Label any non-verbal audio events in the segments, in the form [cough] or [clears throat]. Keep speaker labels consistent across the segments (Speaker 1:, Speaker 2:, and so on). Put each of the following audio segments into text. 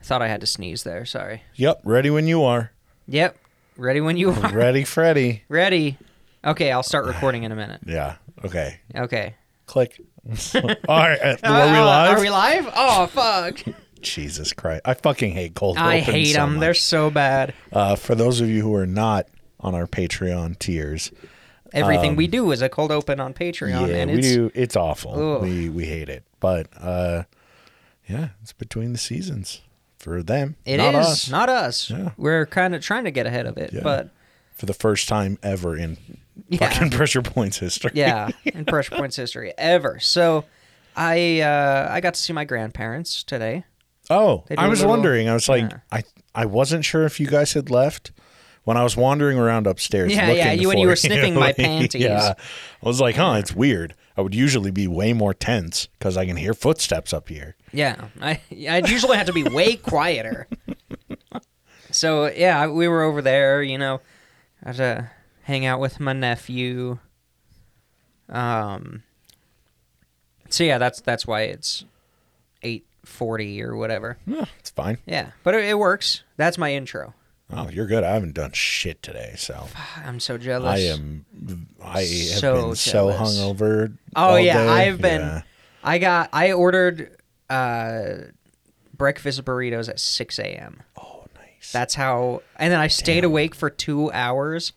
Speaker 1: I thought I had to sneeze there. Sorry.
Speaker 2: Yep, ready when you
Speaker 1: [laughs]
Speaker 2: are.
Speaker 1: Yep. Ready when
Speaker 2: [laughs]
Speaker 1: you are.
Speaker 2: Ready, Freddy.
Speaker 1: Ready. Okay, I'll start recording in a minute.
Speaker 2: Yeah. Okay.
Speaker 1: Okay.
Speaker 2: Click. [laughs] All right. Are we
Speaker 1: Uh,
Speaker 2: live?
Speaker 1: Are we live? Oh
Speaker 2: [laughs]
Speaker 1: fuck!
Speaker 2: Jesus Christ. I fucking hate cold
Speaker 1: I
Speaker 2: opens
Speaker 1: hate
Speaker 2: so
Speaker 1: them.
Speaker 2: much.
Speaker 1: They're so bad.
Speaker 2: Uh, for those of you who are not on our Patreon tiers,
Speaker 1: Everything we do is a cold open on Patreon,
Speaker 2: Um, yeah,
Speaker 1: and
Speaker 2: we
Speaker 1: it's
Speaker 2: do. It's awful.
Speaker 1: Ugh.
Speaker 2: We we hate it. But uh, yeah, it's between the seasons for them.
Speaker 1: it
Speaker 2: not
Speaker 1: is,
Speaker 2: us.
Speaker 1: not us.
Speaker 2: Yeah.
Speaker 1: We're kind of trying to get ahead of it, but
Speaker 2: for the first time ever in
Speaker 1: Yeah.
Speaker 2: fucking pressure points history. [laughs]
Speaker 1: yeah, in Pressure Points history ever. So, I uh, I got to see my grandparents today.
Speaker 2: Oh,
Speaker 1: They do
Speaker 2: I
Speaker 1: a
Speaker 2: was
Speaker 1: little-
Speaker 2: wondering. I was like,
Speaker 1: Yeah.
Speaker 2: I I wasn't sure if you guys had left when I was wandering around upstairs.
Speaker 1: Yeah, yeah,
Speaker 2: looking
Speaker 1: you- when you
Speaker 2: for
Speaker 1: were sniffing my
Speaker 2: like,
Speaker 1: panties.
Speaker 2: [laughs] Yeah, I was like, huh, it's weird. I would usually be way more tense because I can hear footsteps up here.
Speaker 1: Yeah, I I usually have to be way quieter. So yeah, we were over there. You know, I had to hang out with my nephew. Um. So yeah, that's that's why it's eight forty or whatever.
Speaker 2: Yeah, it's fine.
Speaker 1: Yeah, but it, it works. That's my intro. [sighs]
Speaker 2: Oh, you're good. I haven't done shit today, so
Speaker 1: I'm so jealous.
Speaker 2: I am. I have
Speaker 1: So
Speaker 2: been so
Speaker 1: jealous.
Speaker 2: hungover.
Speaker 1: Oh
Speaker 2: all
Speaker 1: yeah,
Speaker 2: day.
Speaker 1: I've been.
Speaker 2: Yeah.
Speaker 1: I got. I ordered uh, breakfast burritos at six a.m.
Speaker 2: Oh, nice.
Speaker 1: That's how. And then I stayed awake for two hours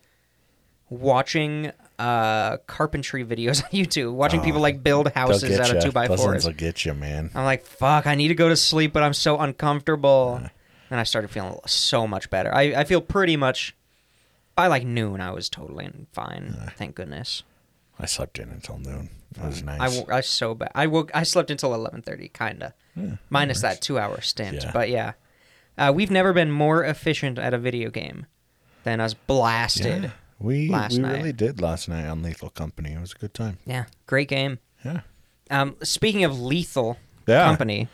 Speaker 1: watching uh carpentry videos [laughs] on YouTube, watching people like build
Speaker 2: They'll
Speaker 1: houses
Speaker 2: get
Speaker 1: out
Speaker 2: ya.
Speaker 1: of two by Oh.
Speaker 2: Those
Speaker 1: fours.
Speaker 2: ones will get you, man.
Speaker 1: I'm like, fuck, I need to go to sleep, but I'm so uncomfortable. And I started feeling so much better. I, I feel pretty much by like noon, I was totally fine. Thank goodness.
Speaker 2: I slept in until noon. It was nice.
Speaker 1: I, wo- I was so bad. I woke. I slept until eleven thirty, kinda, minus that two hour stint.
Speaker 2: Yeah.
Speaker 1: But yeah, uh, we've never been more efficient at a video game than us blasted.
Speaker 2: Yeah, we
Speaker 1: last
Speaker 2: we
Speaker 1: night.
Speaker 2: really did last night on Lethal Company. It was a good time.
Speaker 1: Yeah, great game.
Speaker 2: Yeah.
Speaker 1: Um, speaking of Lethal
Speaker 2: Yeah.
Speaker 1: Company,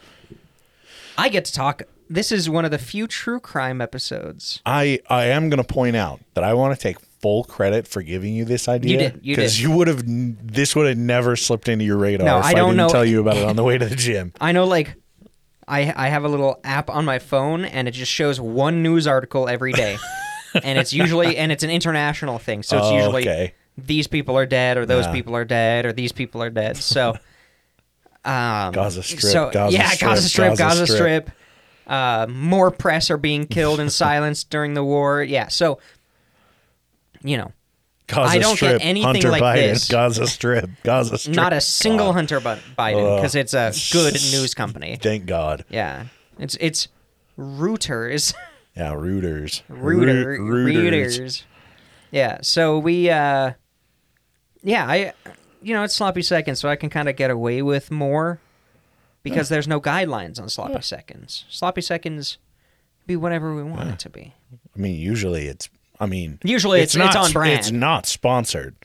Speaker 1: I get to talk. This is one of the few true crime episodes.
Speaker 2: I I am going to point out that I want to take full credit for giving you this idea.
Speaker 1: did, you
Speaker 2: Because
Speaker 1: did.
Speaker 2: you would have n- this would have never slipped into your radar
Speaker 1: No,
Speaker 2: if
Speaker 1: I
Speaker 2: I,
Speaker 1: don't
Speaker 2: didn't
Speaker 1: know-
Speaker 2: tell you about it on the way to the gym.
Speaker 1: I know, like, I I have a little app on my phone, and it just shows one news article every
Speaker 2: [laughs]
Speaker 1: day, and it's usually and it's an international thing, so it's
Speaker 2: Oh,
Speaker 1: usually
Speaker 2: okay.
Speaker 1: these people are dead, or those
Speaker 2: Yeah.
Speaker 1: people are dead, or these people are dead.
Speaker 2: [laughs]
Speaker 1: So, um,
Speaker 2: Gaza Strip,
Speaker 1: so-
Speaker 2: Gaza
Speaker 1: yeah,
Speaker 2: Strip,
Speaker 1: Gaza Strip,
Speaker 2: Gaza
Speaker 1: Gaza
Speaker 2: Strip.
Speaker 1: Strip. Uh, more press are being killed
Speaker 2: [laughs]
Speaker 1: and silenced during the war. Yeah, so you know, [laughs]
Speaker 2: Gaza
Speaker 1: I don't get
Speaker 2: Strip,
Speaker 1: anything
Speaker 2: Hunter
Speaker 1: like
Speaker 2: Biden,
Speaker 1: this.
Speaker 2: Gaza Strip, Gaza Strip.
Speaker 1: not a single
Speaker 2: God.
Speaker 1: Hunter Bu- Biden because it's a good news company.
Speaker 2: Thank God.
Speaker 1: Yeah, it's it's rooters. [laughs]
Speaker 2: Yeah, Reuters.
Speaker 1: Rooter,
Speaker 2: Reu-
Speaker 1: rooters. Yeah. So we, uh, yeah, I, you know, it's sloppy seconds, so I can kind of get away with more because there's no guidelines on sloppy seconds. Sloppy seconds be whatever we want it to be.
Speaker 2: I mean, usually it's. I mean,
Speaker 1: Usually it's-
Speaker 2: not,
Speaker 1: it's on brand.
Speaker 2: It's not sponsored,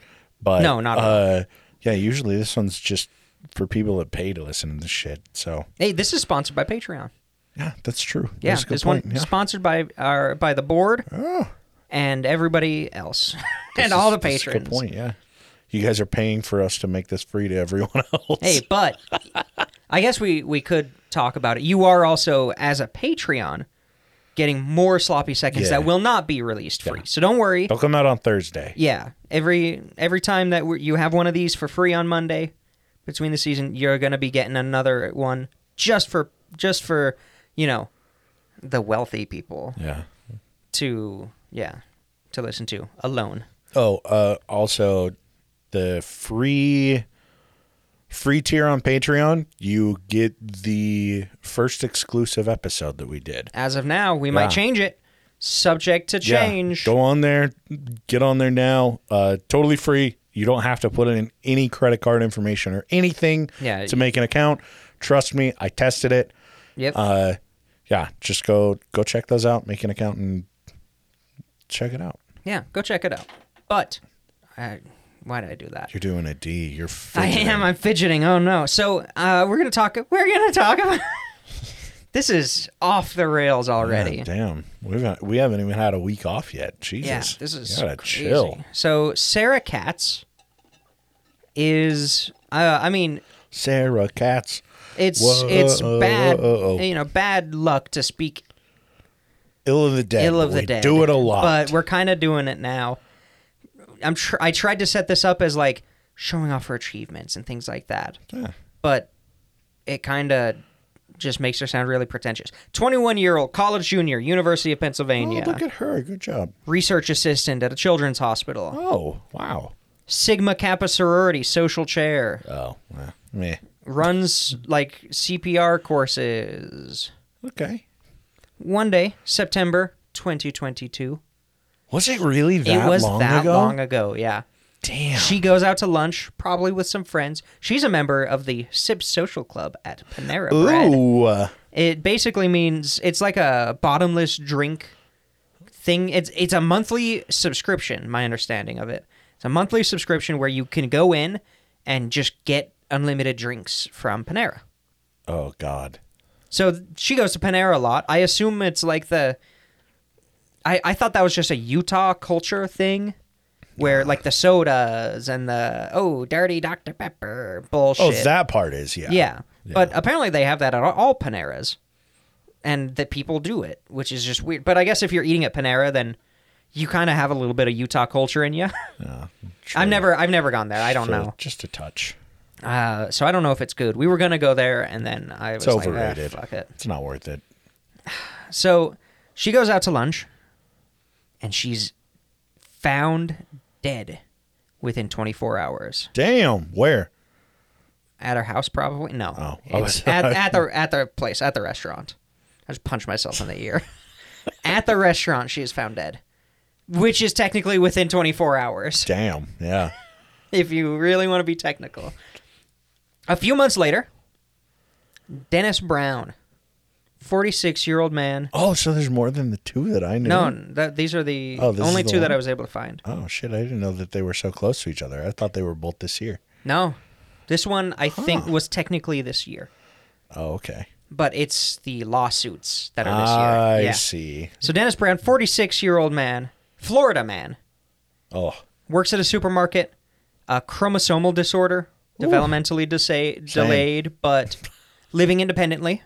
Speaker 2: but
Speaker 1: No, not at all.
Speaker 2: Uh, yeah, usually this one's just for people that pay to listen to this shit. So
Speaker 1: Hey, this is sponsored by Patreon.
Speaker 2: yeah, that's true.
Speaker 1: Yeah,
Speaker 2: that's a good
Speaker 1: this
Speaker 2: point.
Speaker 1: one
Speaker 2: Yeah. Oh.
Speaker 1: sponsored by our by the board and everybody
Speaker 2: [laughs]
Speaker 1: else and all the
Speaker 2: That's a
Speaker 1: patrons.
Speaker 2: Good point. Yeah, you guys are paying for us to make this free to everyone [laughs] else.
Speaker 1: Hey, but I guess we we could talk about it. You are also as a Patreon getting more sloppy seconds
Speaker 2: Yeah.
Speaker 1: that will not be released free. So don't worry.
Speaker 2: they'll come out on Thursday.
Speaker 1: Yeah, every every time that we you have one of these for free on Monday between the season, you're going to be getting another one just for just for, you know, the wealthy people
Speaker 2: Yeah.
Speaker 1: to yeah, to listen to alone.
Speaker 2: Oh, uh, also the free free tier on Patreon, you get the first exclusive episode that we did.
Speaker 1: As of now, we
Speaker 2: Yeah.
Speaker 1: might change it subject to
Speaker 2: Yeah.
Speaker 1: change.
Speaker 2: Go on there, get on there now. Uh, totally free. You don't have to put in any credit card information or anything
Speaker 1: Yeah.
Speaker 2: to make an account. Trust me, I tested it.
Speaker 1: Yep.
Speaker 2: Uh, yeah, just go go check those out, make an account, and check it out.
Speaker 1: Yeah, go check it out. But I, why did I do that?
Speaker 2: You're doing a D. You're
Speaker 1: I
Speaker 2: fidgeting.
Speaker 1: am. I'm fidgeting. Oh no. So uh, we're gonna talk. We're gonna talk about. [laughs] this is off the rails already.
Speaker 2: Yeah, damn, we've not, we haven't even had a week off yet. Jesus,
Speaker 1: Yeah, this is
Speaker 2: You gotta
Speaker 1: crazy.
Speaker 2: chill.
Speaker 1: So Sarah Katz is. Uh, I mean,
Speaker 2: Sarah Katz.
Speaker 1: It's
Speaker 2: Whoa,
Speaker 1: it's
Speaker 2: uh,
Speaker 1: bad,
Speaker 2: uh, uh, uh.
Speaker 1: you know, bad luck to speak
Speaker 2: Ill of the dead.
Speaker 1: ill of the
Speaker 2: We
Speaker 1: dead.
Speaker 2: Do it a lot.
Speaker 1: but we're kind of doing it now. I'm tr- I tried to set this up as like showing off her achievements and things like that,
Speaker 2: Yeah.
Speaker 1: but it kind of just makes her sound really pretentious. 21 year old college junior, University of
Speaker 2: Oh,
Speaker 1: Pennsylvania,
Speaker 2: look at her. Good job.
Speaker 1: research assistant at a children's hospital,
Speaker 2: Oh, wow.
Speaker 1: Sigma Kappa sorority social chair,
Speaker 2: Oh, well, meh.
Speaker 1: runs like CPR courses.
Speaker 2: Okay.
Speaker 1: One day, September 2022.
Speaker 2: Was it really that
Speaker 1: it was
Speaker 2: long
Speaker 1: that
Speaker 2: ago?
Speaker 1: long ago, yeah.
Speaker 2: Damn.
Speaker 1: She goes out to lunch, probably with some friends. She's a member of the Sip Social Club at Panera Bread.
Speaker 2: Ooh. uh,
Speaker 1: It basically means it's like a bottomless drink thing. It's it's a monthly subscription, my understanding of it. It's a monthly subscription where you can go in and just get unlimited drinks from Panera.
Speaker 2: Oh God.
Speaker 1: So th- she goes to Panera a lot. I assume it's like the. I, I thought that was just a Utah culture thing, where like the sodas and the oh dirty Dr Pepper bullshit.
Speaker 2: Oh, that part is yeah.
Speaker 1: yeah.
Speaker 2: Yeah.
Speaker 1: But apparently they have that at all- all Paneras, and that people do it, which is just weird. But I guess if you're eating at Panera, then you kind of have a little bit of Utah culture in you.
Speaker 2: Yeah,
Speaker 1: [laughs]
Speaker 2: true.
Speaker 1: I've never I've never gone there. I don't
Speaker 2: So,
Speaker 1: know.
Speaker 2: Just a touch.
Speaker 1: Uh, so I don't know if it's good. We were gonna go there, and then I was
Speaker 2: It's
Speaker 1: like, "Ah,
Speaker 2: overrated.
Speaker 1: fuck it.
Speaker 2: It's not worth it.
Speaker 1: So she goes out to lunch and she's found dead within 24 hours
Speaker 2: Damn. Where?
Speaker 1: at her house probably no
Speaker 2: Oh.
Speaker 1: It's
Speaker 2: Oh,
Speaker 1: at, at the at the place at the restaurant i just punched myself in the ear [laughs] at the restaurant she is found dead which is technically within 24 hours [laughs]
Speaker 2: Damn. Yeah.
Speaker 1: if you really want to be technical a few months later dennis brown 46 year old man
Speaker 2: Oh, so there's more than the two that I knew.
Speaker 1: No, that, these are the
Speaker 2: Oh, this is
Speaker 1: only
Speaker 2: the
Speaker 1: two that
Speaker 2: one?
Speaker 1: I was able to find.
Speaker 2: Oh shit! I didn't know that they were so close to each other. I thought they were both this year.
Speaker 1: No, this one I think was technically this year,
Speaker 2: Oh, okay.
Speaker 1: but it's the lawsuits that are this
Speaker 2: I
Speaker 1: year. Yeah.
Speaker 2: see.
Speaker 1: So Dennis Brown, 46 year old man, Florida man,
Speaker 2: Oh,
Speaker 1: works at a supermarket, a chromosomal disorder, developmentally disa- delayed, but living independently,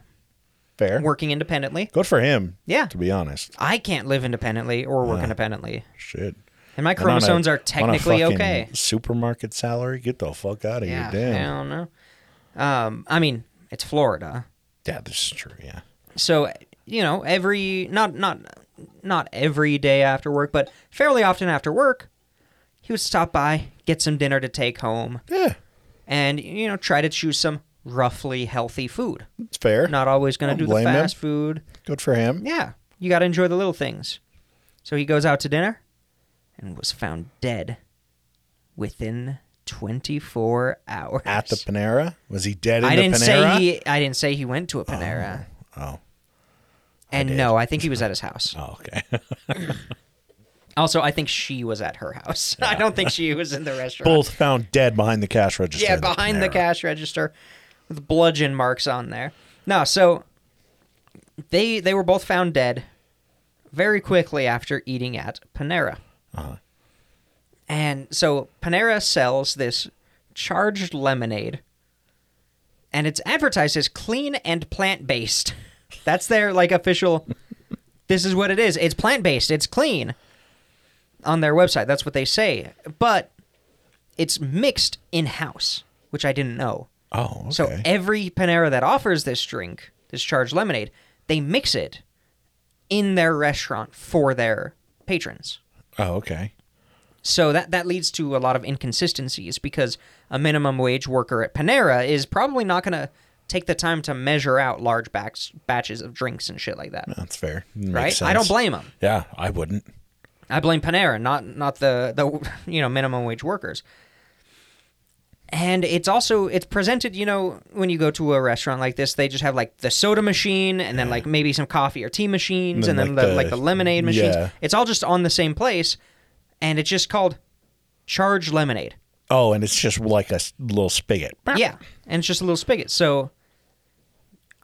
Speaker 2: fair.
Speaker 1: working independently.
Speaker 2: Good for him.
Speaker 1: Yeah.
Speaker 2: To be honest,
Speaker 1: I can't live independently or work independently.
Speaker 2: shit.
Speaker 1: And my
Speaker 2: And on a-
Speaker 1: chromosomes
Speaker 2: on
Speaker 1: are
Speaker 2: a
Speaker 1: technically
Speaker 2: fucking
Speaker 1: okay.
Speaker 2: Supermarket salary? Get the fuck out of
Speaker 1: Yeah,
Speaker 2: here! Damn.
Speaker 1: I don't know. Um, I mean, it's Florida.
Speaker 2: Yeah, this is true. Yeah.
Speaker 1: so you know every not not not every day after work but fairly often after work he would stop by get some dinner to take home
Speaker 2: Yeah,
Speaker 1: and you know try to choose some roughly healthy food
Speaker 2: it's fair.
Speaker 1: not always going
Speaker 2: Don't
Speaker 1: to do the
Speaker 2: blame him.
Speaker 1: fast food
Speaker 2: Good for him.
Speaker 1: yeah you got to enjoy the little things so he goes out to dinner and was found dead within 24 hours
Speaker 2: At the Panera? Was he dead in
Speaker 1: I
Speaker 2: the
Speaker 1: didn't
Speaker 2: Panera?
Speaker 1: say he I didn't say he went to a Panera
Speaker 2: Oh,
Speaker 1: and no I think he was at his house
Speaker 2: oh, okay. [laughs]
Speaker 1: Also, I think she was at her house. [laughs] I don't think she was in the restaurant.
Speaker 2: Both found dead behind the cash register.
Speaker 1: yeah,
Speaker 2: in
Speaker 1: behind the
Speaker 2: Panera.
Speaker 1: cash register with bludgeon marks on there. No, so they they were both found dead very quickly after eating at Panera.
Speaker 2: Uh-huh.
Speaker 1: And so Panera sells this charged lemonade and it's advertised as clean and plant-based. [laughs] That's their like official this is what it is. It's plant-based, it's clean on their website. That's what they say. But it's mixed in-house, which I didn't know.
Speaker 2: Oh, okay.
Speaker 1: So eh. every Panera that offers this drink, this charged lemonade, they mix it in their restaurant for their patrons.
Speaker 2: oh, okay.
Speaker 1: So that that leads to a lot of inconsistencies because a minimum wage worker at Panera is probably not going to take the time to measure out large backs, batches of drinks and shit like that,
Speaker 2: That's fair. Makes
Speaker 1: right?
Speaker 2: Sense.
Speaker 1: I don't blame them.
Speaker 2: Yeah, I wouldn't.
Speaker 1: I blame Panera, not not the the you know minimum wage workers. And it's also it's presented, you know, when you go to a restaurant like this, they just have like the soda machine and then like maybe some coffee or tea machines and
Speaker 2: And then,
Speaker 1: then,
Speaker 2: like,
Speaker 1: the,
Speaker 2: the-
Speaker 1: like the lemonade machines.
Speaker 2: yeah.
Speaker 1: It's all just on the same place and it's just called charge lemonade.
Speaker 2: Oh, and it's just like a s- little spigot.
Speaker 1: Yeah. And it's just a little spigot. So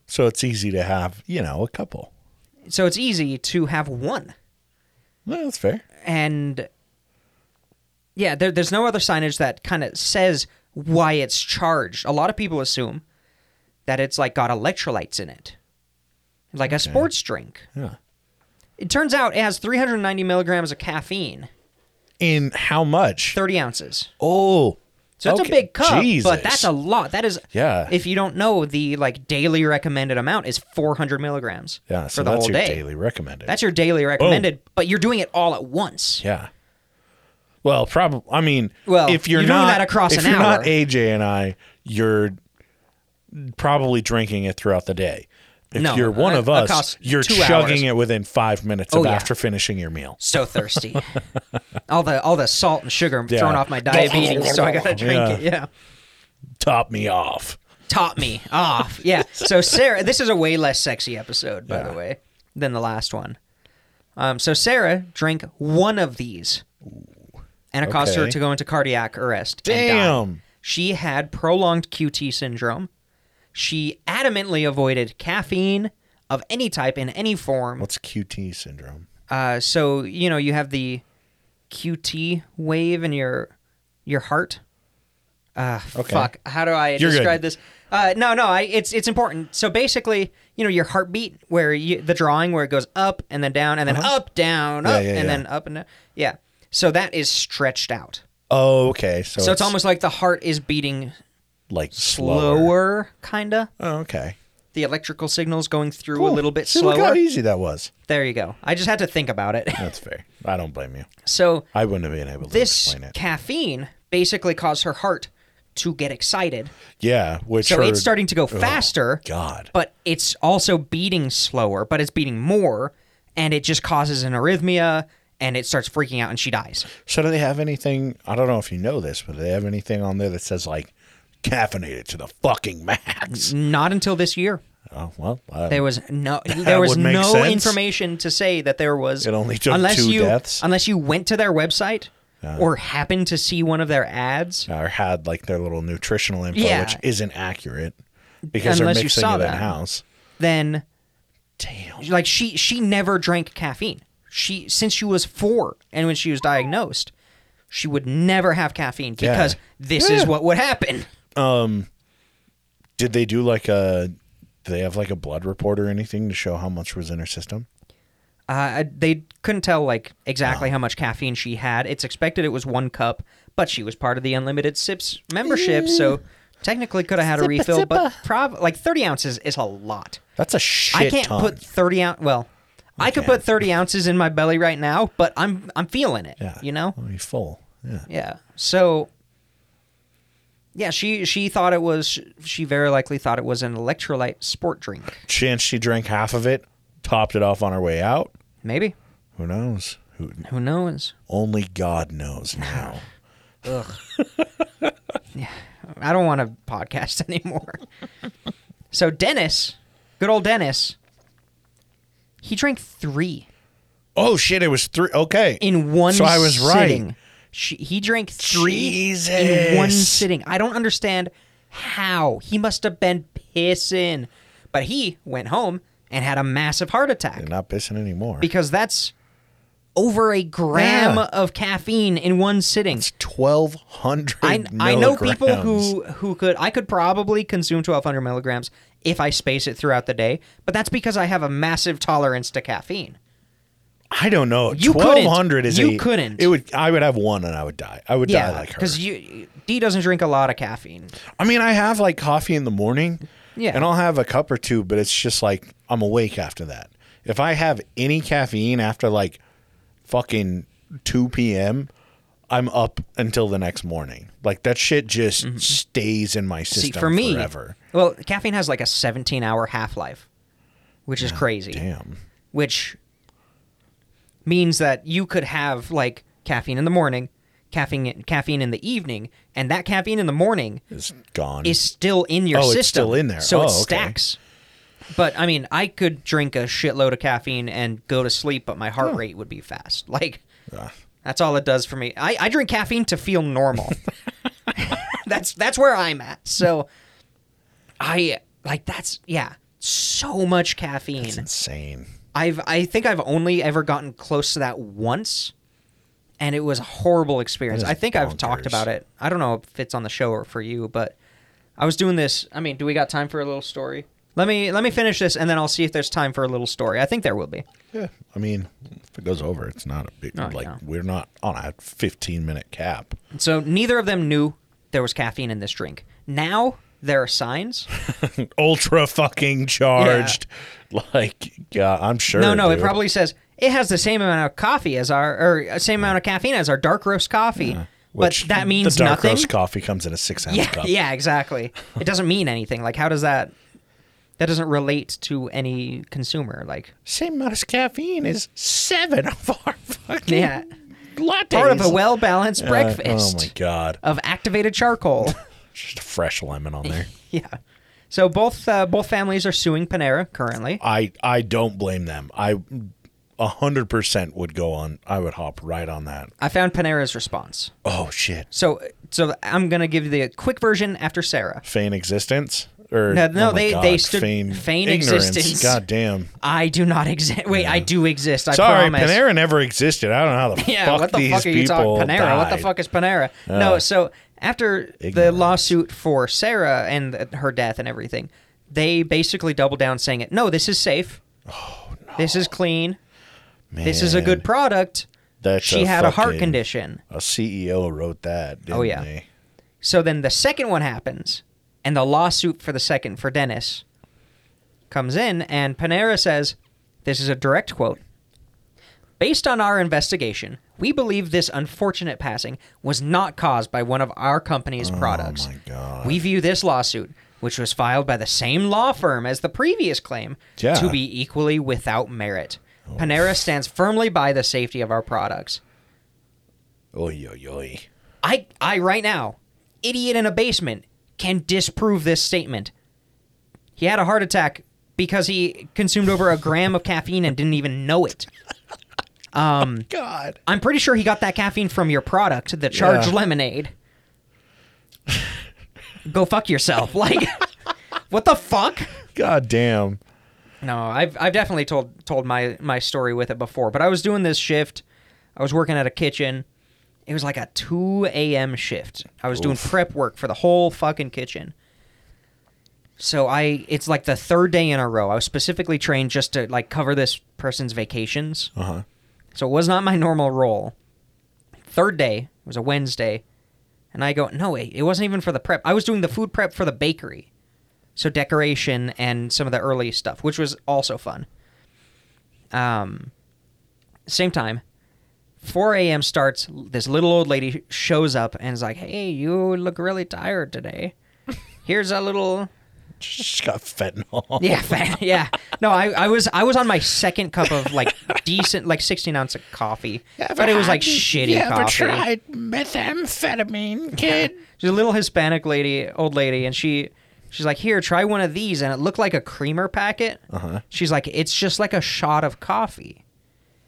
Speaker 2: So it's easy to have, you know, a couple.
Speaker 1: so it's easy to have one.
Speaker 2: Well, that's fair.
Speaker 1: and yeah, there, there's no other signage that kind of says why it's charged. A lot of people assume that it's like got electrolytes in it, like a sports drink.
Speaker 2: Yeah.
Speaker 1: It turns out it has 390 milligrams of caffeine,
Speaker 2: In how much?
Speaker 1: 30 ounces.
Speaker 2: Oh.
Speaker 1: So it's
Speaker 2: okay.
Speaker 1: a big cup,
Speaker 2: Jesus.
Speaker 1: but that's a lot. That is,
Speaker 2: Yeah.
Speaker 1: If you don't know, the like daily recommended amount is 400 milligrams.
Speaker 2: Yeah, so
Speaker 1: for the
Speaker 2: that's
Speaker 1: whole
Speaker 2: your
Speaker 1: day.
Speaker 2: daily recommended.
Speaker 1: That's your daily recommended, but you're doing it all at once.
Speaker 2: yeah. Well, probably. I mean,
Speaker 1: Well,
Speaker 2: if you're,
Speaker 1: you're doing
Speaker 2: not
Speaker 1: that across
Speaker 2: if
Speaker 1: an
Speaker 2: you're
Speaker 1: hour.
Speaker 2: not AJ and I, you're probably drinking it throughout the day. If
Speaker 1: No,
Speaker 2: you're one
Speaker 1: that-
Speaker 2: of
Speaker 1: that
Speaker 2: us,
Speaker 1: costs
Speaker 2: you're
Speaker 1: two
Speaker 2: chugging
Speaker 1: hours.
Speaker 2: it within five minutes
Speaker 1: Oh,
Speaker 2: of
Speaker 1: yeah.
Speaker 2: after finishing your meal.
Speaker 1: So thirsty. all the all the salt and sugar
Speaker 2: Yeah.
Speaker 1: thrown off my diabetes, so I gotta drink
Speaker 2: Yeah.
Speaker 1: it. Yeah.
Speaker 2: Top me off.
Speaker 1: Top me off. Yeah. So Sarah, this is a way less sexy episode, by the way, than the last one. Um, so Sarah drank one of these, and it caused her
Speaker 2: Okay.
Speaker 1: to go into cardiac arrest. and die.
Speaker 2: Damn.
Speaker 1: She had prolonged QT syndrome. She adamantly avoided caffeine of any type in any form.
Speaker 2: What's QT syndrome?
Speaker 1: Uh, so you know you have the QT wave in your your heart. Uh,
Speaker 2: Okay.
Speaker 1: Fuck. How do I
Speaker 2: You're good.
Speaker 1: describe this? Uh, no, no. I, it's it's important. So basically, you know, your heartbeat, where you, the drawing where it goes up and then down and then up, down,
Speaker 2: Uh-huh. Yeah,
Speaker 1: up,
Speaker 2: yeah,
Speaker 1: and
Speaker 2: yeah.
Speaker 1: then up and down. Yeah. So that is stretched out.
Speaker 2: Oh, okay. So,
Speaker 1: So it's almost like the heart is beating
Speaker 2: like slower.
Speaker 1: slower, kinda.
Speaker 2: Oh, okay.
Speaker 1: The electrical signals going through a
Speaker 2: Cool.
Speaker 1: little bit
Speaker 2: See, Look
Speaker 1: slower.
Speaker 2: how easy that was.
Speaker 1: there you go. I just had to think about it. [laughs]
Speaker 2: That's fair. I don't blame you.
Speaker 1: so
Speaker 2: I wouldn't have been able to
Speaker 1: this
Speaker 2: explain it.
Speaker 1: caffeine basically caused her heart to get excited.
Speaker 2: Yeah, which
Speaker 1: So
Speaker 2: are,
Speaker 1: it's starting to go faster,
Speaker 2: God.
Speaker 1: but it's also beating slower, but it's beating more, and it just causes an arrhythmia and it starts freaking out and she dies.
Speaker 2: So do they have anything? I don't know if you know this, but do they have anything on there that says like caffeinated to the fucking max?
Speaker 1: Not until this year.
Speaker 2: Oh well, I,
Speaker 1: There was
Speaker 2: [laughs]
Speaker 1: no there was
Speaker 2: would make
Speaker 1: no
Speaker 2: sense.
Speaker 1: information to say that there was
Speaker 2: It only took
Speaker 1: unless
Speaker 2: two
Speaker 1: you,
Speaker 2: deaths.
Speaker 1: Unless you went to their website or happened to see one of their ads.
Speaker 2: or had like their little nutritional info,
Speaker 1: Yeah.
Speaker 2: which isn't accurate because
Speaker 1: Unless
Speaker 2: they're
Speaker 1: you
Speaker 2: mixing
Speaker 1: saw
Speaker 2: it in
Speaker 1: that.
Speaker 2: house.
Speaker 1: Then
Speaker 2: Damn.
Speaker 1: like she she never drank caffeine. She since she was four and when she was diagnosed, she would never have caffeine because this is
Speaker 2: Yeah.
Speaker 1: what would happen.
Speaker 2: Did they do like a? Do they have like a blood report or anything to show how much was in her system?
Speaker 1: Uh, they couldn't tell like exactly how much caffeine she had. It's expected it was one cup, but she was part of the unlimited sips membership, so technically could have had a refill. But prob- like thirty ounces is a lot.
Speaker 2: That's a shit
Speaker 1: I can't
Speaker 2: ton.
Speaker 1: put thirty ounce. Well, I could put thirty ounces in my belly right now, but I'm I'm feeling it.
Speaker 2: Yeah.
Speaker 1: You know.
Speaker 2: I'll be full. Yeah.
Speaker 1: Yeah. So yeah, she she thought it was she very likely thought it was an electrolyte sport drink.
Speaker 2: Chance she drank half of it, topped it off on her way out.
Speaker 1: Maybe.
Speaker 2: Who knows? Who
Speaker 1: Who knows?
Speaker 2: only God knows
Speaker 1: [laughs]
Speaker 2: now.
Speaker 1: I don't want to podcast [laughs] anymore. so Dennis, good old Dennis, he drank 3
Speaker 2: Oh shit! It was three. Okay,
Speaker 1: in one
Speaker 2: So I was right.
Speaker 1: sitting. She, he drank 3
Speaker 2: Jesus.
Speaker 1: in one sitting. I don't understand how. He must have been pissing. But he went home and had a massive heart attack.
Speaker 2: You're not pissing anymore.
Speaker 1: because that's over a gram
Speaker 2: Yeah.
Speaker 1: of caffeine in one sitting.
Speaker 2: Twelve hundred.
Speaker 1: I, I know people who who could I could probably consume 1200 milligrams if I space it throughout the day, but that's because I have a massive tolerance to caffeine.
Speaker 2: I don't know.
Speaker 1: You couldn't.
Speaker 2: Twelve hundred is
Speaker 1: You
Speaker 2: a-
Speaker 1: couldn't.
Speaker 2: It would. I would have one and I would die. I would die
Speaker 1: Yeah,
Speaker 2: like her.
Speaker 1: because you D doesn't drink a lot of caffeine.
Speaker 2: I mean, I have like coffee in the morning.
Speaker 1: Yeah.
Speaker 2: And I'll have a cup or two, but it's just like I'm awake after that. If I have any caffeine after like fucking two p.m. I'm up until the next morning. Like that shit just stays in my
Speaker 1: Mm-hmm. See,
Speaker 2: system
Speaker 1: for me,
Speaker 2: forever.
Speaker 1: well, caffeine has like a 17 hour half life, which is crazy.
Speaker 2: Damn.
Speaker 1: which means that you could have like caffeine in the morning, caffeine caffeine in the evening, and that caffeine in the morning
Speaker 2: It's gone.
Speaker 1: is still in your
Speaker 2: Hmm. Oh, it's
Speaker 1: system.
Speaker 2: still in there.
Speaker 1: so
Speaker 2: Oh,
Speaker 1: it
Speaker 2: okay.
Speaker 1: stacks. But I mean, I could drink a shitload of caffeine and go to sleep, but my heart rate would be fast. Like
Speaker 2: Ah.
Speaker 1: that's all it does for me. I, I drink caffeine to feel
Speaker 2: [laughs]
Speaker 1: normal. [laughs] that's that's where I'm at. So I like that's yeah, so much caffeine.
Speaker 2: It's insane.
Speaker 1: I've I think I've only ever gotten close to that once, and it was a horrible experience.
Speaker 2: That
Speaker 1: I
Speaker 2: is
Speaker 1: think I've talked
Speaker 2: bonkers.
Speaker 1: about it. I don't know if it's on the show or for you, but I was doing this. I mean, do we got time for a little story? Let me let me finish this, and then I'll see if there's time for a little story. I think there will be.
Speaker 2: Yeah, I mean, if it goes over, it's not a big
Speaker 1: Oh,
Speaker 2: like
Speaker 1: yeah.
Speaker 2: we're not on a 15 minute cap.
Speaker 1: So neither of them knew there was caffeine in this drink. Now there are signs.
Speaker 2: Ultra fucking charged. Like, yeah, I'm sure.
Speaker 1: No, no, it
Speaker 2: dude.
Speaker 1: probably says it has the same amount of coffee as our or uh, same amount of caffeine as our dark roast coffee, but
Speaker 2: Which
Speaker 1: that means
Speaker 2: the dark
Speaker 1: nothing.
Speaker 2: roast coffee comes in a six ounce
Speaker 1: yeah,
Speaker 2: cup.
Speaker 1: [laughs] yeah, exactly. It doesn't mean anything. Like, how does that? That doesn't relate to any consumer.
Speaker 2: [laughs]
Speaker 1: Like,
Speaker 2: Same amount of caffeine is seven of our fucking
Speaker 1: yeah,
Speaker 2: lattes.
Speaker 1: [laughs] part of a well balanced
Speaker 2: Uh,
Speaker 1: breakfast
Speaker 2: oh my god,
Speaker 1: of activated
Speaker 2: [laughs]
Speaker 1: charcoal. [laughs]
Speaker 2: just a fresh lemon on there.
Speaker 1: yeah. So both uh, both families are suing Panera currently.
Speaker 2: I I don't blame them. I a hundred percent would go on. I would hop right on that.
Speaker 1: I found Panera's response.
Speaker 2: Oh shit,
Speaker 1: So so I'm gonna give you the quick version after Sarah.
Speaker 2: feign existence or
Speaker 1: No, no,
Speaker 2: oh my
Speaker 1: they-
Speaker 2: God,
Speaker 1: they stood-
Speaker 2: feign,
Speaker 1: feign
Speaker 2: ignorance.
Speaker 1: existence.
Speaker 2: God damn.
Speaker 1: I do not exist. Wait, I do exist. I
Speaker 2: Sorry,
Speaker 1: promise.
Speaker 2: Panera never existed. I don't know how
Speaker 1: [laughs]
Speaker 2: the
Speaker 1: Yeah,
Speaker 2: fuck
Speaker 1: what the
Speaker 2: these
Speaker 1: fuck are you talking?
Speaker 2: people
Speaker 1: Panera. What the
Speaker 2: died.
Speaker 1: fuck is Panera? no, so after the
Speaker 2: ignorance.
Speaker 1: lawsuit for Sarah and th- her death and everything, they basically doubled down saying it. No, this is safe. This is clean. This is a
Speaker 2: Oh, Man,
Speaker 1: good product.
Speaker 2: That's
Speaker 1: She had a heart
Speaker 2: fucking-
Speaker 1: condition.
Speaker 2: A CEO wrote that. Didn't
Speaker 1: Oh, yeah.
Speaker 2: They?
Speaker 1: So then the second one happens, and the lawsuit for the second for Dennis comes in, and Panera says, This is a direct quote. Based on our investigation, we believe this unfortunate passing was not caused by one of our company's products.
Speaker 2: Oh my god.
Speaker 1: We view this lawsuit, which was filed by the same law firm as the previous claim,
Speaker 2: Yeah.
Speaker 1: to be equally without merit. Panera stands firmly by the safety of our products.
Speaker 2: Oy oy oy.
Speaker 1: I I right now, idiot in a basement can disprove this statement. He had a heart attack because he consumed over a gram of caffeine and didn't even know it.
Speaker 2: God.
Speaker 1: I'm pretty sure he got that caffeine from your product, the charged
Speaker 2: Yeah.
Speaker 1: lemonade. Go fuck yourself. Like [laughs] what the fuck?
Speaker 2: God damn.
Speaker 1: No, I've I've definitely told told my my story with it before, but I was doing this shift. I was working at a kitchen. It was like a two a.m. shift. I was doing prep work for the whole fucking kitchen. So I, it's like the third day in a row. I was specifically trained just to like cover this person's vacations.
Speaker 2: Uh huh.
Speaker 1: So it was not my normal role. Third day, it was a Wednesday, and I go, no, wait, it wasn't even for the prep. I was doing the food prep for the bakery. So decoration and some of the early stuff, which was also fun. Um, same time, 4 a.m. starts. This little old lady shows up and is like, hey, you look really tired today. Here's a little
Speaker 2: She got
Speaker 1: [laughs]
Speaker 2: fentanyl.
Speaker 1: yeah, fa- yeah. No, I, I was I was on my second cup of like decent like sixteen ounce of coffee, but it was like shitty coffee.
Speaker 2: methamphetamine, kid?
Speaker 1: She's a little Hispanic lady, old lady, and she she's like, "Here, try one of these," and it looked like a creamer packet. Uh-huh. She's like, "It's just like a shot of coffee."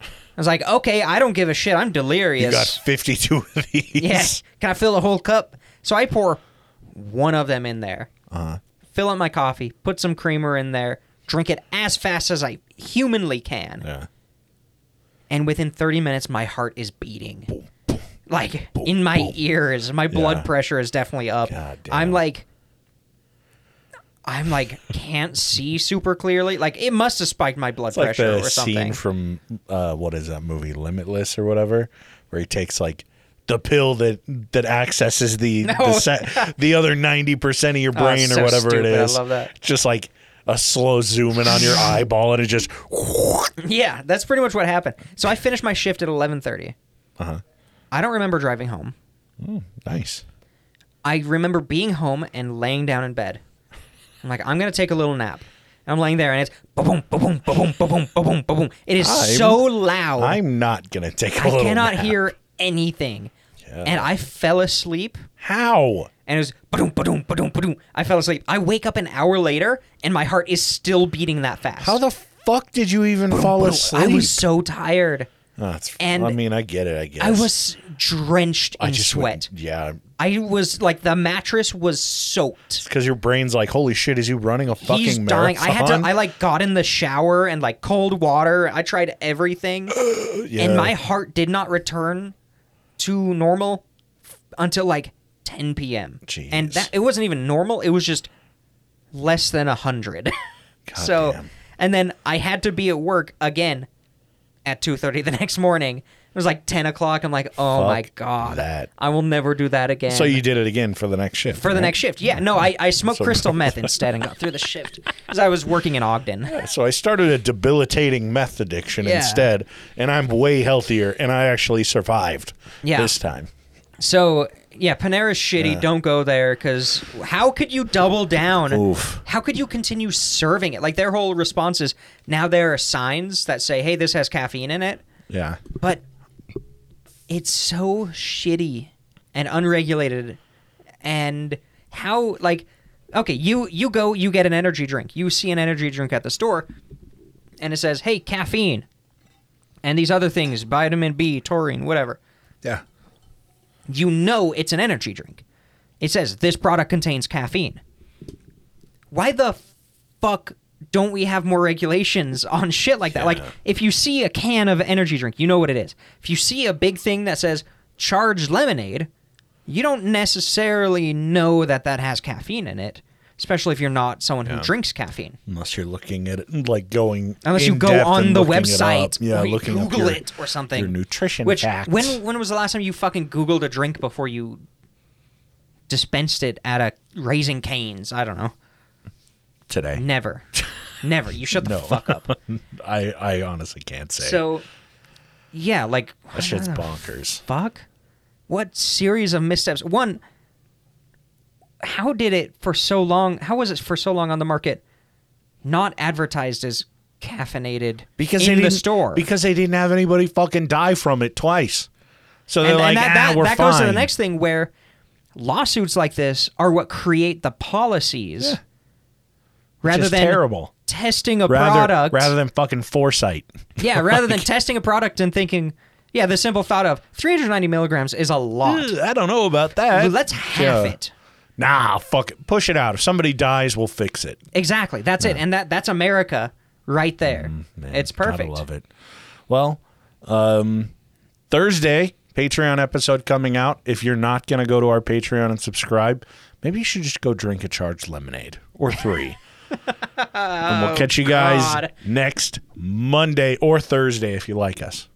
Speaker 1: I was like, "Okay, I don't give a shit. I'm delirious."
Speaker 2: You got 52 of these.
Speaker 1: [laughs] Yes. Can I fill the whole cup? So I pour one of them in there. Fill up my coffee, put some creamer in there, drink it as fast as I humanly can.
Speaker 2: Yeah.
Speaker 1: And within 30 minutes, my heart is beating. like in my ears, my blood
Speaker 2: Yeah.
Speaker 1: pressure is definitely up.
Speaker 2: God
Speaker 1: I'm
Speaker 2: damn.
Speaker 1: like, I'm like, can't see super clearly. Like it must have spiked my blood
Speaker 2: It's like
Speaker 1: pressure
Speaker 2: the
Speaker 1: or
Speaker 2: scene
Speaker 1: something.
Speaker 2: from, uh, what is that movie, Limitless or whatever, where he takes, like, the pill that that
Speaker 1: [laughs]
Speaker 2: accesses the the, se- the other 90% of your
Speaker 1: Oh, it's
Speaker 2: brain
Speaker 1: so
Speaker 2: or whatever
Speaker 1: stupid.
Speaker 2: it
Speaker 1: I
Speaker 2: is.
Speaker 1: love that.
Speaker 2: Just like a slow zoom
Speaker 1: [laughs]
Speaker 2: in on your eyeball and it just.
Speaker 1: [laughs]
Speaker 2: [laughs]
Speaker 1: Yeah, that's pretty much what happened. So I finished my shift at 11:30.
Speaker 2: Uh-huh.
Speaker 1: I don't remember driving home.
Speaker 2: Nice.
Speaker 1: I remember being home and laying down in bed. I'm like, I'm gonna take a little nap. And I'm laying there, and it's boom, boom, boom, boom, boom, boom, boom, boom. It is
Speaker 2: I'm-
Speaker 1: so loud.
Speaker 2: I'm not going to take a
Speaker 1: I
Speaker 2: little
Speaker 1: cannot
Speaker 2: nap.
Speaker 1: hear anything.
Speaker 2: Yeah.
Speaker 1: And I fell asleep,
Speaker 2: How?
Speaker 1: and it was boom, boom, boom, boom. I fell asleep. I wake up an hour later, and my heart is still beating that fast.
Speaker 2: How the fuck did you even fall asleep?
Speaker 1: I was so tired.
Speaker 2: Oh, it's-
Speaker 1: and
Speaker 2: I mean, I get it. I guess
Speaker 1: I was drenched in
Speaker 2: I just
Speaker 1: sweat.
Speaker 2: wouldn't- Yeah,
Speaker 1: I was like the mattress was soaked.
Speaker 2: because your brain's like, holy shit, is you running a fucking
Speaker 1: He's dying.
Speaker 2: marathon?
Speaker 1: I had to. I like got in the shower and like cold water. I tried
Speaker 2: [clears throat]
Speaker 1: everything,
Speaker 2: yeah.
Speaker 1: and my heart did not return to normal f- until like 10 p.m.
Speaker 2: Jeez.
Speaker 1: And that it wasn't even normal. It was just less than 100. [laughs] so
Speaker 2: damn.
Speaker 1: and then I had to be at work again at 2.30 the [laughs] next morning. It was like 10 o'clock. I'm like, oh my
Speaker 2: Fuck
Speaker 1: God.
Speaker 2: that.
Speaker 1: I will never do that again.
Speaker 2: So you did it again for the next shift.
Speaker 1: for the
Speaker 2: right?
Speaker 1: next shift. Yeah, no, I, I smoked
Speaker 2: So- [laughs]
Speaker 1: crystal meth instead and got through the shift because I was working in Ogden.
Speaker 2: So I started a debilitating meth addiction
Speaker 1: Yeah.
Speaker 2: instead, and I'm way healthier, and I actually survived
Speaker 1: Yeah.
Speaker 2: this time.
Speaker 1: So yeah, Panera's shitty. Don't go there because how could you double down?
Speaker 2: Oof.
Speaker 1: How could you continue serving it? Like their whole response is now there are signs that say, "Hey, this has caffeine in it,"
Speaker 2: Yeah.
Speaker 1: but it's so shitty and unregulated. And how like okay, you you go, you get an energy drink. You see an energy drink at the store, and it says, "Hey, caffeine," and these other things, vitamin B, taurine, whatever
Speaker 2: Yeah.
Speaker 1: you know it's an energy drink. It says this product contains caffeine. Why the fuck don't we have more regulations [laughs] on shit like that? Like if you see a can of energy drink, you know what it is. If you see a big thing that says charged lemonade, you don't necessarily know that that has caffeine in it, especially if you're not someone who drinks caffeine.
Speaker 2: Unless you're looking at it like going.
Speaker 1: Unless you
Speaker 2: in
Speaker 1: go
Speaker 2: depth
Speaker 1: on
Speaker 2: and
Speaker 1: the
Speaker 2: looking it up.
Speaker 1: website,
Speaker 2: Yeah,
Speaker 1: or you
Speaker 2: looking up
Speaker 1: Google
Speaker 2: your-
Speaker 1: it or something.
Speaker 2: Your nutrition
Speaker 1: Which
Speaker 2: facts.
Speaker 1: when when was the last time you fucking Googled a drink before you dispensed it at a Raising Canes? I don't know.
Speaker 2: today? [laughs]
Speaker 1: Never, never. You shut the
Speaker 2: No.
Speaker 1: fuck up.
Speaker 2: [laughs] I I honestly can't say.
Speaker 1: So, yeah, like
Speaker 2: that shit's
Speaker 1: what the
Speaker 2: bonkers.
Speaker 1: Fuck. What series of missteps? One. How did it for so long? How was it for so long on the market? Not advertised as caffeinated
Speaker 2: Because
Speaker 1: in
Speaker 2: they
Speaker 1: the
Speaker 2: didn't-
Speaker 1: store
Speaker 2: Because they didn't have anybody fucking die from it twice. So they're
Speaker 1: and,
Speaker 2: like,
Speaker 1: and that,
Speaker 2: ah,
Speaker 1: that,
Speaker 2: we're
Speaker 1: that
Speaker 2: fine.
Speaker 1: goes to the next thing where lawsuits like this are what create the policies rather
Speaker 2: Just
Speaker 1: than
Speaker 2: terrible.
Speaker 1: testing a
Speaker 2: Rather,
Speaker 1: product
Speaker 2: rather than fucking foresight.
Speaker 1: yeah rather
Speaker 2: [laughs]
Speaker 1: than testing a product and thinking yeah the simple thought of 390 milligrams is a lot
Speaker 2: Ugh, I don't know about that.
Speaker 1: let's half
Speaker 2: Yeah.
Speaker 1: it
Speaker 2: Nah, fuck it. Push it out. If somebody dies, we'll fix it.
Speaker 1: exactly that's it and that that's america right there
Speaker 2: Mm, Man,
Speaker 1: it's
Speaker 2: gotta
Speaker 1: perfect
Speaker 2: love it. Well, um, Thursday Patreon episode coming out. If you're not gonna go to our Patreon and subscribe, maybe you should just go drink a charged lemonade or three.
Speaker 1: [laughs]
Speaker 2: and we'll catch you guys
Speaker 1: Oh, God.
Speaker 2: next Monday or Thursday if you like us.